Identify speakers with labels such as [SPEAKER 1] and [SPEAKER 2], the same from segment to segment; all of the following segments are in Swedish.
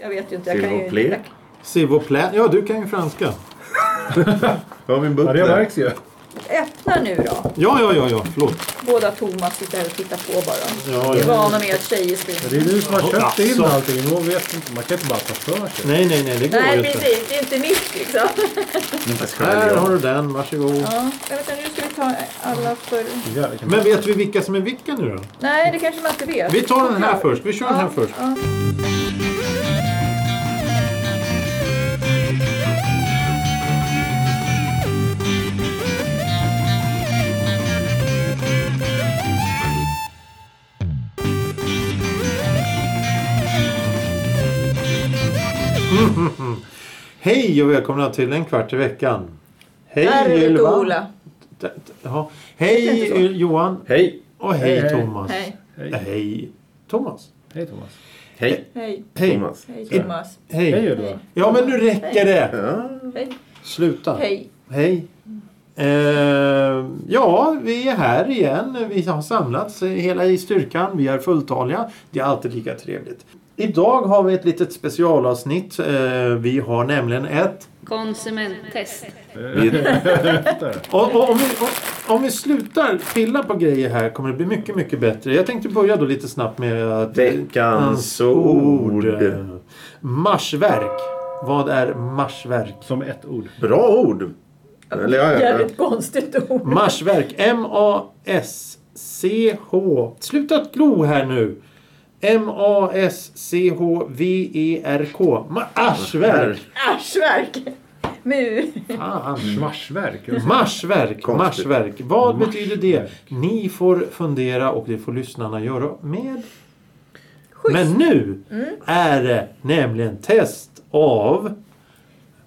[SPEAKER 1] Jag vet ju inte. Jag kan
[SPEAKER 2] S'il vous
[SPEAKER 1] ju...
[SPEAKER 2] plaît.
[SPEAKER 1] jag-
[SPEAKER 3] S'il vous plaît. Ja, du kan ju franska.
[SPEAKER 2] Ja, min
[SPEAKER 4] Ja, det
[SPEAKER 2] butler.
[SPEAKER 4] märks ju.
[SPEAKER 1] Öppna nu då.
[SPEAKER 3] Ja, ja, ja, ja. Förlåt.
[SPEAKER 1] Båda Thomas sitter här och tittar på bara.
[SPEAKER 3] Ja,
[SPEAKER 1] Vi är
[SPEAKER 3] ja.
[SPEAKER 1] vana med att tjejer
[SPEAKER 4] Men
[SPEAKER 1] springer.
[SPEAKER 4] Det är du som har köpt
[SPEAKER 3] Alltså.
[SPEAKER 4] in allting. Hon vet inte. Man kan inte bara ta för sig.
[SPEAKER 3] Nej, nej, nej. Det går
[SPEAKER 1] Nej
[SPEAKER 3] ju inte.
[SPEAKER 1] precis, det är inte mitt liksom.
[SPEAKER 2] Inte ska
[SPEAKER 3] Här
[SPEAKER 2] jag göra.
[SPEAKER 3] har du den. Varsågod.
[SPEAKER 1] Ja, jag vet inte, nu ska vi ta alla för...
[SPEAKER 4] Ja, det kan-
[SPEAKER 3] Men vet vi vilka som är vilka nu då?
[SPEAKER 1] Nej, det kanske man inte vet.
[SPEAKER 3] Vi tar den här först. Vi kör den här först.
[SPEAKER 1] Ja.
[SPEAKER 3] Hej och välkomna till En kvart i veckan. Hej
[SPEAKER 1] Där är det
[SPEAKER 3] Ylva.
[SPEAKER 1] Ola.
[SPEAKER 3] D- d- ja.
[SPEAKER 1] Heter
[SPEAKER 3] Hej
[SPEAKER 1] inte så.
[SPEAKER 3] Yl- Johan.
[SPEAKER 2] Hej!
[SPEAKER 3] Och hej,
[SPEAKER 4] Hej, hej.
[SPEAKER 3] Thomas.
[SPEAKER 1] Hej.
[SPEAKER 3] Äh,
[SPEAKER 4] Hej.
[SPEAKER 3] Hej Thomas.
[SPEAKER 4] Hej Thomas.
[SPEAKER 2] Hej!
[SPEAKER 1] Hej.
[SPEAKER 3] Hej.
[SPEAKER 2] Thomas.
[SPEAKER 1] Hej Thomas.
[SPEAKER 4] Hej
[SPEAKER 3] Hej.
[SPEAKER 4] Ylva.
[SPEAKER 3] Ja men nu räcker det.
[SPEAKER 2] Ja.
[SPEAKER 1] Hej.
[SPEAKER 3] Sluta.
[SPEAKER 1] Hej.
[SPEAKER 3] Hej. Eh, ja, vi är här igen. Vi har samlats eh, hela i styrkan. Vi är fulltaliga. Det är alltid lika trevligt. Idag har vi ett litet specialavsnitt. Eh, vi har nämligen ett...
[SPEAKER 5] Konsumenttest.
[SPEAKER 4] Efter.
[SPEAKER 3] Om, om, om, vi, om, om vi slutar pilla på grejer här kommer det bli mycket, mycket bättre. Jag tänkte börja då lite snabbt med att...
[SPEAKER 2] Veckans ord.
[SPEAKER 3] Marsverk. Vad är marsverk?
[SPEAKER 4] Som ett ord.
[SPEAKER 2] Bra ord! Eller ja, ja, ja.
[SPEAKER 1] Jävligt konstigt ord.
[SPEAKER 3] Marsverk. M-A-S-C-H. Sluta att glo här nu. M-A-S-C-H-V-E-R-K. E Ma- Aschverk.
[SPEAKER 1] Aschverk. Mu.
[SPEAKER 3] Fan.
[SPEAKER 4] Mm. Schmarsverk.
[SPEAKER 3] Marsverk.
[SPEAKER 2] Konstigt.
[SPEAKER 3] Marsverk. Vad
[SPEAKER 4] Marsverk.
[SPEAKER 3] betyder det? Ni får fundera och det får lyssnarna göra med.
[SPEAKER 1] Schysst.
[SPEAKER 3] Men nu
[SPEAKER 1] Mm.
[SPEAKER 3] är det nämligen test av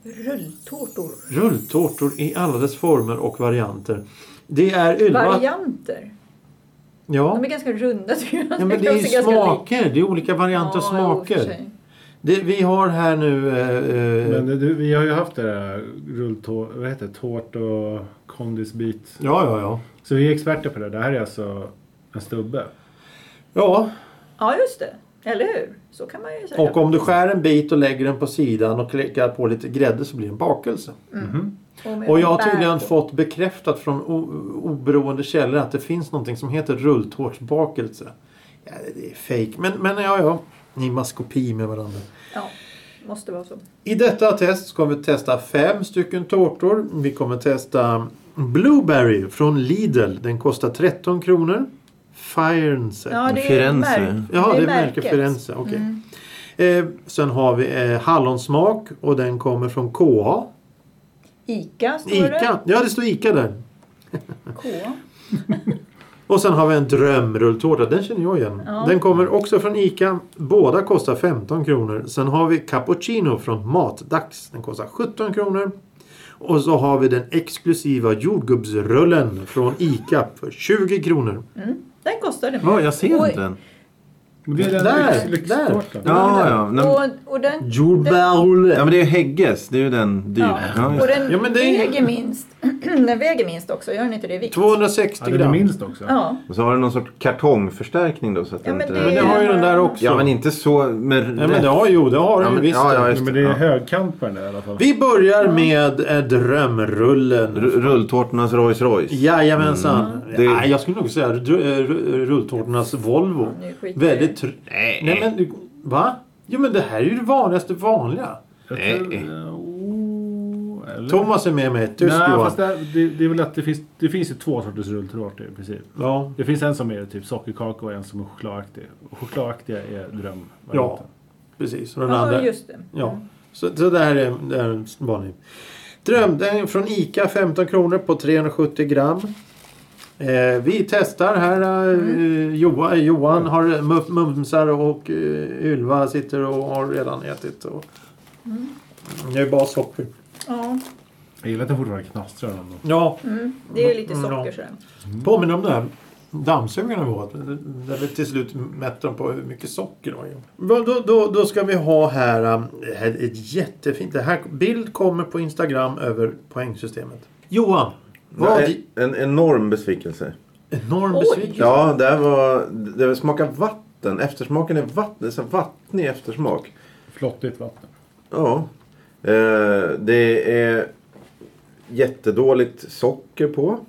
[SPEAKER 1] Rulltårtor.
[SPEAKER 3] rulltårtor i alla dess former och varianter. Det är Ylva.
[SPEAKER 1] Varianter.
[SPEAKER 3] Ja.
[SPEAKER 1] De är ganska runda tycker jag.
[SPEAKER 3] Ja, men det är
[SPEAKER 1] De ser
[SPEAKER 3] ju
[SPEAKER 1] ganska lika.
[SPEAKER 3] smaker. Det är olika varianter av
[SPEAKER 1] Ja, jo, i och för
[SPEAKER 3] smaker.
[SPEAKER 1] sig.
[SPEAKER 3] Det, vi har här nu... Eh, eh,
[SPEAKER 4] Men du, vi har ju haft det där rulltår, vad heter det, tårt och kondisbit.
[SPEAKER 3] ja, ja, ja.
[SPEAKER 4] Så vi är experter på det. Det här är alltså en stubbe.
[SPEAKER 3] Ja,
[SPEAKER 1] Ja, just det. Eller hur? Så kan man ju säga.
[SPEAKER 3] och om du skär en bit och lägger den på sidan och klickar på lite grädde så blir det en bakelse.
[SPEAKER 1] Och med
[SPEAKER 3] Och jag har
[SPEAKER 1] bär
[SPEAKER 3] tydligen
[SPEAKER 1] på.
[SPEAKER 3] fått bekräftat från o- oberoende källor att det finns någonting som heter rulltårtsbakelse. Ja, det är fake. Men, men ja, ja. Ni är maskopi med varandra.
[SPEAKER 1] Ja, måste vara så.
[SPEAKER 3] I detta test så kommer vi testa fem stycken tårtor. Vi kommer testa Blueberry från Lidl. Den kostar 13 kronor. Firenze.
[SPEAKER 1] Ja, det är
[SPEAKER 2] Firenze.
[SPEAKER 1] märk-
[SPEAKER 3] Jaha, det är Mm. märke Firenze. Okej. Eh, sen har vi eh, hallonsmak och den kommer från KA.
[SPEAKER 1] Ica står
[SPEAKER 3] Ica. Ja, det står Ica där.
[SPEAKER 1] det. K.
[SPEAKER 3] Och sen har vi en drömrulltårta. Den känner jag igen.
[SPEAKER 1] Ja.
[SPEAKER 3] Den kommer också från Ica. Båda kostar 15 kronor. Sen har vi cappuccino från Matdags. Den kostar 17 kronor. Och så har vi den exklusiva jordgubbsrullen från Ica för 20 kronor.
[SPEAKER 1] Den kostade
[SPEAKER 2] Ja, jag ser
[SPEAKER 1] Oj.
[SPEAKER 2] inte den.
[SPEAKER 4] Men Det är den
[SPEAKER 3] Där,
[SPEAKER 4] lyx-
[SPEAKER 3] där.
[SPEAKER 4] lyxtårtan.
[SPEAKER 2] Ja, ja. Nej, men-
[SPEAKER 1] Och, och den...
[SPEAKER 3] Jordbärrulle.
[SPEAKER 2] Ja, men det är ju Hägges. Det är ju den dyra. Ja,
[SPEAKER 1] och
[SPEAKER 2] just.
[SPEAKER 1] den
[SPEAKER 3] Ja, men det är-
[SPEAKER 1] väger minst. den väger minst också, gör den inte det i vikt?
[SPEAKER 3] 260
[SPEAKER 4] Ja, den är
[SPEAKER 3] gram.
[SPEAKER 4] minst också.
[SPEAKER 1] Ja.
[SPEAKER 2] Och så har den någon sorts kartongförstärkning då. Så att
[SPEAKER 1] Ja,
[SPEAKER 2] den
[SPEAKER 1] men
[SPEAKER 2] inte...
[SPEAKER 1] det-
[SPEAKER 3] Men det har ju den där också.
[SPEAKER 2] ja, men inte så med
[SPEAKER 3] Nej, men det har, jo, det har
[SPEAKER 2] Ja,
[SPEAKER 3] den
[SPEAKER 2] men-
[SPEAKER 3] visst.
[SPEAKER 2] ja, ja, just-
[SPEAKER 4] Men det är
[SPEAKER 2] Ja.
[SPEAKER 4] högkant på den där i alla fall.
[SPEAKER 3] Vi börjar med eh, drömrullen.
[SPEAKER 2] R- Rulltårtornas Rolls Royce.
[SPEAKER 3] Jajamensan.
[SPEAKER 4] Mm,
[SPEAKER 2] Det-
[SPEAKER 3] Nej, jag skulle nog säga dr- eh, r- rulltårtornas Volvo.
[SPEAKER 1] Nu skiter jag i
[SPEAKER 3] Väldigt tr-
[SPEAKER 2] Nej.
[SPEAKER 3] Nej men du- va? Jo men det här är ju det vanligaste vanliga.
[SPEAKER 4] Jag
[SPEAKER 2] Nej.
[SPEAKER 4] tror- oh, eller?
[SPEAKER 3] Thomas är med mig. Tyst
[SPEAKER 4] Nej,
[SPEAKER 3] Johan.
[SPEAKER 4] fast det, det, det är väl att det finns, det finns ju två sorters rulltårtor i princip.
[SPEAKER 3] Ja.
[SPEAKER 4] Det finns en som är typ sockerkaka och en som är chokladaktig. Och chokladaktiga är dröm.
[SPEAKER 3] Ja. Precis. Och den
[SPEAKER 1] Ja,
[SPEAKER 3] andra.
[SPEAKER 1] just det.
[SPEAKER 3] Ja. Så, så det här är, det här är vanligt. Dröm. Den är från ICA. 15 kronor på 370 gram. Eh, vi testar här. Eh, Johan, Johan har mum- mumsar och eh, Ylva sitter och har redan ätit. Och... Det är bara socker.
[SPEAKER 1] Ja,
[SPEAKER 4] Jag gillar att den fortfarande knastrar. om dem.
[SPEAKER 3] Ja.
[SPEAKER 1] det är lite
[SPEAKER 3] Mm,
[SPEAKER 1] socker
[SPEAKER 3] ja.
[SPEAKER 1] sådär.
[SPEAKER 3] Påminner om de där dammsugarna vi åt. Där vi till slut mätte dem på hur mycket socker det var i. Då, då, då, då ska vi ha här, um, det här är ett jättefint. Det här bild kommer på Instagram över poängsystemet. Johan, vad
[SPEAKER 2] Nej, En enorm besvikelse.
[SPEAKER 3] enorm
[SPEAKER 1] Oj.
[SPEAKER 3] besvikelse.
[SPEAKER 2] Ja, det här var... Det smakar vatten. Eftersmaken är vatten. Det är så här vattnig eftersmak.
[SPEAKER 4] flottigt vatten.
[SPEAKER 2] Ja. Eh, det är jättedåligt socker på.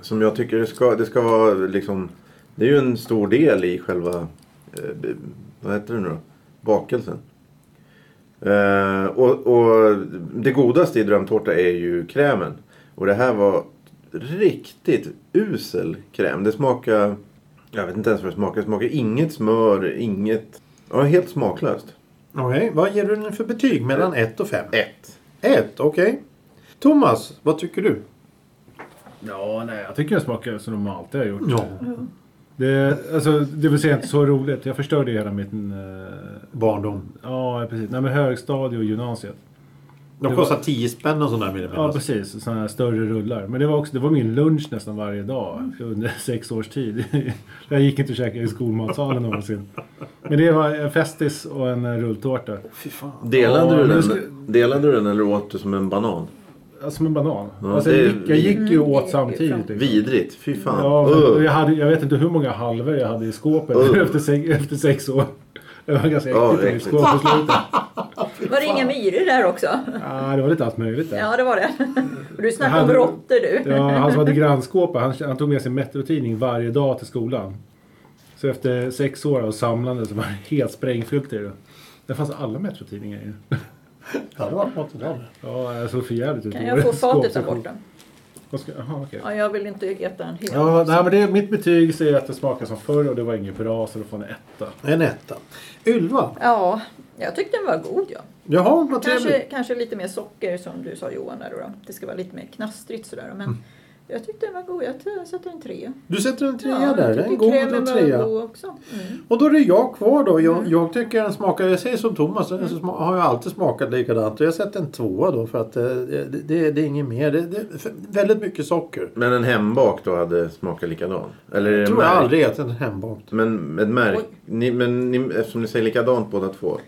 [SPEAKER 2] Som jag tycker det ska, det ska vara liksom. Det är ju en stor del i själva. Eh, b- vad heter det nu då? Bakelsen. Eh, och, och det godaste i drömtårta är ju krämen. Och det här var riktigt usel kräm. Det smakar. Jag vet inte ens vad det smakar. Det smakar inget smör, inget. Ja, helt smaklöst.
[SPEAKER 3] Okej, vad ger du den för betyg mellan 1 och 5?
[SPEAKER 2] Ett.
[SPEAKER 3] 1, okej. Thomas, vad tycker du?
[SPEAKER 4] Ja, nej, jag tycker det smakar som de alltid har gjort.
[SPEAKER 3] Ja,
[SPEAKER 4] Det, alltså, det vill säga inte så roligt. Jag förstörde ju hela mitt... eh,
[SPEAKER 3] barndom.
[SPEAKER 4] Ja, precis. Nej, men högstadie och gymnasiet.
[SPEAKER 3] De
[SPEAKER 4] Det
[SPEAKER 3] kostar 10 spänn och sådär vill jag
[SPEAKER 4] Ja,
[SPEAKER 3] minnas.
[SPEAKER 4] precis. Sådana här större rullar. Men det var, också, det var min lunch nästan varje dag under sex års tid. Jag gick inte och käkade i skolmatsalen någonsin. Men det var en Festis och en eh, rulltårta.
[SPEAKER 2] Delade, du
[SPEAKER 4] Ja, men
[SPEAKER 2] den,
[SPEAKER 4] jag skulle-
[SPEAKER 2] delade du den eller åt du som en banan?
[SPEAKER 4] Ja, Som en banan.
[SPEAKER 2] Ja,
[SPEAKER 4] alltså, jag,
[SPEAKER 2] det-
[SPEAKER 4] gick, jag gick ju
[SPEAKER 1] Mm, det
[SPEAKER 4] åt
[SPEAKER 1] är
[SPEAKER 4] samtidigt.
[SPEAKER 1] sant.
[SPEAKER 4] liksom.
[SPEAKER 2] Vidrigt, fy fan.
[SPEAKER 4] Ja,
[SPEAKER 2] Ugh.
[SPEAKER 4] men jag, hade, jag vet inte hur många halvor jag hade i skåpet
[SPEAKER 2] Ugh.
[SPEAKER 4] efter, sex, efter sex år. Det var ganska
[SPEAKER 2] Ja,
[SPEAKER 4] äckligt i
[SPEAKER 2] äckligt.
[SPEAKER 4] skåpet på slutet.
[SPEAKER 1] Var det inga myror där också?
[SPEAKER 4] Ja, det var lite allt möjligt där.
[SPEAKER 1] Ja, det var det. Och Du snackar om
[SPEAKER 4] hade-
[SPEAKER 1] råttor du.
[SPEAKER 4] Ja, han som hade grannskåpet, han, han tog med sig en Metro-tidning varje dag till skolan. Så efter sex år av samlande så var det helt sprängfyllt i det. Det fanns alla Metro-tidningar i det.
[SPEAKER 3] Ja, det var något där.
[SPEAKER 4] Ja, jag såg för jävligt ut.
[SPEAKER 1] Kan jag få fatet där borta?
[SPEAKER 4] Vad ska- Jaha, okej.
[SPEAKER 1] Ja, jag vill inte äta en hel.
[SPEAKER 4] Ja, nej, men det, mitt betyg säger att det smakar som förr och det var inget bra så då får ni etta.
[SPEAKER 3] En etta. Ylva.
[SPEAKER 1] Ja, jag tyckte den var god ja.
[SPEAKER 3] Jaha, vad
[SPEAKER 1] Kanske,
[SPEAKER 3] trevligt.
[SPEAKER 1] kanske lite mer socker som du sa Johan där då. då. Det ska vara lite mer knastrigt sådär. Men
[SPEAKER 3] Mm.
[SPEAKER 1] jag tyckte den var god. Jag t- sätter en trea.
[SPEAKER 3] Du sätter en trea
[SPEAKER 1] jag
[SPEAKER 3] där.
[SPEAKER 1] tyckte
[SPEAKER 3] En god
[SPEAKER 1] krämen
[SPEAKER 3] en
[SPEAKER 1] var
[SPEAKER 3] trea.
[SPEAKER 1] god också. Mm.
[SPEAKER 3] Och då är det jag kvar då. Jag, jag tycker den smakar, jag säger som Thomas, den sma- har jag alltid smakat likadant. Och jag sätter en tvåa då för att eh, det, det, det är inget mer. Det, det, för- väldigt mycket socker.
[SPEAKER 2] Men en hembak då hade smakat likadan? Eller är det
[SPEAKER 3] Jag tror jag
[SPEAKER 2] märkt?
[SPEAKER 3] aldrig ätit en hembakt.
[SPEAKER 2] Men, ett märk.
[SPEAKER 1] Oj.
[SPEAKER 2] Ni, men ni, eftersom ni säger likadant båda två.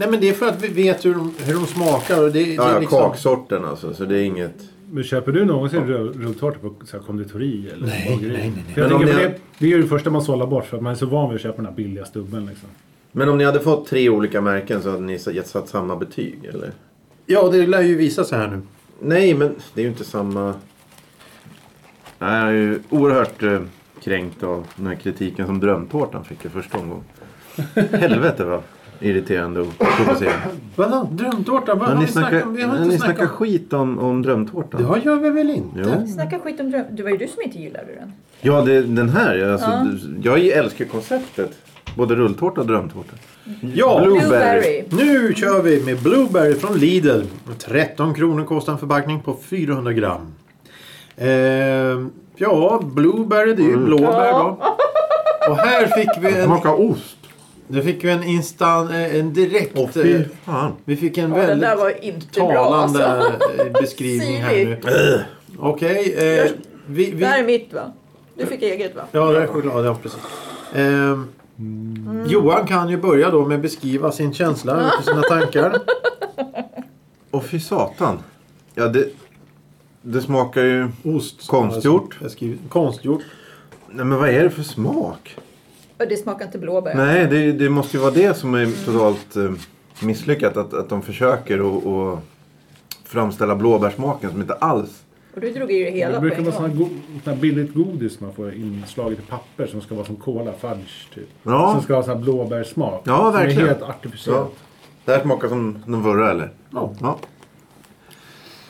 [SPEAKER 3] Nej men det är för att vi vet hur de, hur de smakar. Och det, det
[SPEAKER 2] Ja,
[SPEAKER 3] är
[SPEAKER 2] ja,
[SPEAKER 3] liksom...
[SPEAKER 2] kaksorten alltså. Så det är inget...
[SPEAKER 4] Men köper du någonsin rull- rulltårta på så här, konditori eller
[SPEAKER 3] Nej,
[SPEAKER 4] bageri?
[SPEAKER 3] nej, nej, nej.
[SPEAKER 4] För jag
[SPEAKER 2] Men om
[SPEAKER 4] tänker på
[SPEAKER 2] ni har-
[SPEAKER 4] det, det är ju det första man sållar bort för att man är så van vid att köpa den här billiga stubben liksom.
[SPEAKER 2] Men om ni hade fått tre olika märken så hade ni sa- gett satt samma betyg eller?
[SPEAKER 3] Ja, det lär ju visa sig här nu.
[SPEAKER 2] Nej, men det är ju inte samma... Nej, jag är ju oerhört eh, kränkt av den här kritiken som drömtårtan fick i första omgången. Helvete vad irriterande och provocerande.
[SPEAKER 3] Vadå? Drömtårta? Vad
[SPEAKER 2] Ja,
[SPEAKER 3] har
[SPEAKER 2] ni
[SPEAKER 3] vi snackat om? Vi har
[SPEAKER 2] snackar,
[SPEAKER 3] inte
[SPEAKER 2] ni
[SPEAKER 3] snackat
[SPEAKER 2] snackar
[SPEAKER 3] om...
[SPEAKER 2] skit om, om drömtårtan.
[SPEAKER 3] Det gör vi väl inte?
[SPEAKER 2] Jo.
[SPEAKER 1] Snacka skit om dröm. Det var ju du som inte gillade den.
[SPEAKER 2] Ja, det, den här. Alltså,
[SPEAKER 1] Ja.
[SPEAKER 2] Jag älskar konceptet. Både rulltårta och drömtårta.
[SPEAKER 3] Ja,
[SPEAKER 2] Blue-
[SPEAKER 1] Blueberry.
[SPEAKER 3] nu kör vi med Blueberry från Lidl. 13 kronor kostar en förpackning på 400 gram. Ehm, ja, Blueberry det är ju
[SPEAKER 2] Mm.
[SPEAKER 3] blåbär då. Och här fick vi en,
[SPEAKER 2] Smaka ost.
[SPEAKER 3] det fick vi en instant, eh, en direkt...
[SPEAKER 2] Åh fy
[SPEAKER 3] eh,
[SPEAKER 2] fan.
[SPEAKER 3] Vi fick en
[SPEAKER 1] Ja, den
[SPEAKER 3] väldigt
[SPEAKER 1] där var inte bra
[SPEAKER 3] talande
[SPEAKER 1] alltså.
[SPEAKER 3] eh, beskrivning här nu. Okej, eh, vi...
[SPEAKER 1] Det här
[SPEAKER 3] vi
[SPEAKER 1] är mitt va? Du fick eget va?
[SPEAKER 3] ja, det är choklad, ja precis. Ehm,
[SPEAKER 1] Mm.
[SPEAKER 3] Johan kan ju börja då med att beskriva sin känsla och sina tankar.
[SPEAKER 2] Åh fy satan. Ja, det, det smakar ju...
[SPEAKER 3] Ost.
[SPEAKER 2] Konstgjort.
[SPEAKER 3] Jag skriver, konstgjort.
[SPEAKER 2] Nej, men vad är det för smak?
[SPEAKER 1] Och Det smakar inte blåbär.
[SPEAKER 2] Nej, det, det måste ju vara det som är totalt eh, misslyckat. Att, att de försöker att att framställa blåbärsmaken som inte alls...
[SPEAKER 1] Och du drog i det hela
[SPEAKER 4] Det
[SPEAKER 1] på
[SPEAKER 4] brukar
[SPEAKER 1] en
[SPEAKER 4] vara sådana
[SPEAKER 1] gång.
[SPEAKER 4] här, go- såna här billigt godis man får inslaget i papper som ska vara som cola, fudge typ.
[SPEAKER 2] Ja.
[SPEAKER 4] Som ska ha sån här blåbärssmak.
[SPEAKER 2] Ja,
[SPEAKER 4] Som
[SPEAKER 2] verkligen.
[SPEAKER 4] är helt artificiellt. Ja.
[SPEAKER 2] Det här smakar som den förra, eller?
[SPEAKER 3] Ja.
[SPEAKER 2] ja.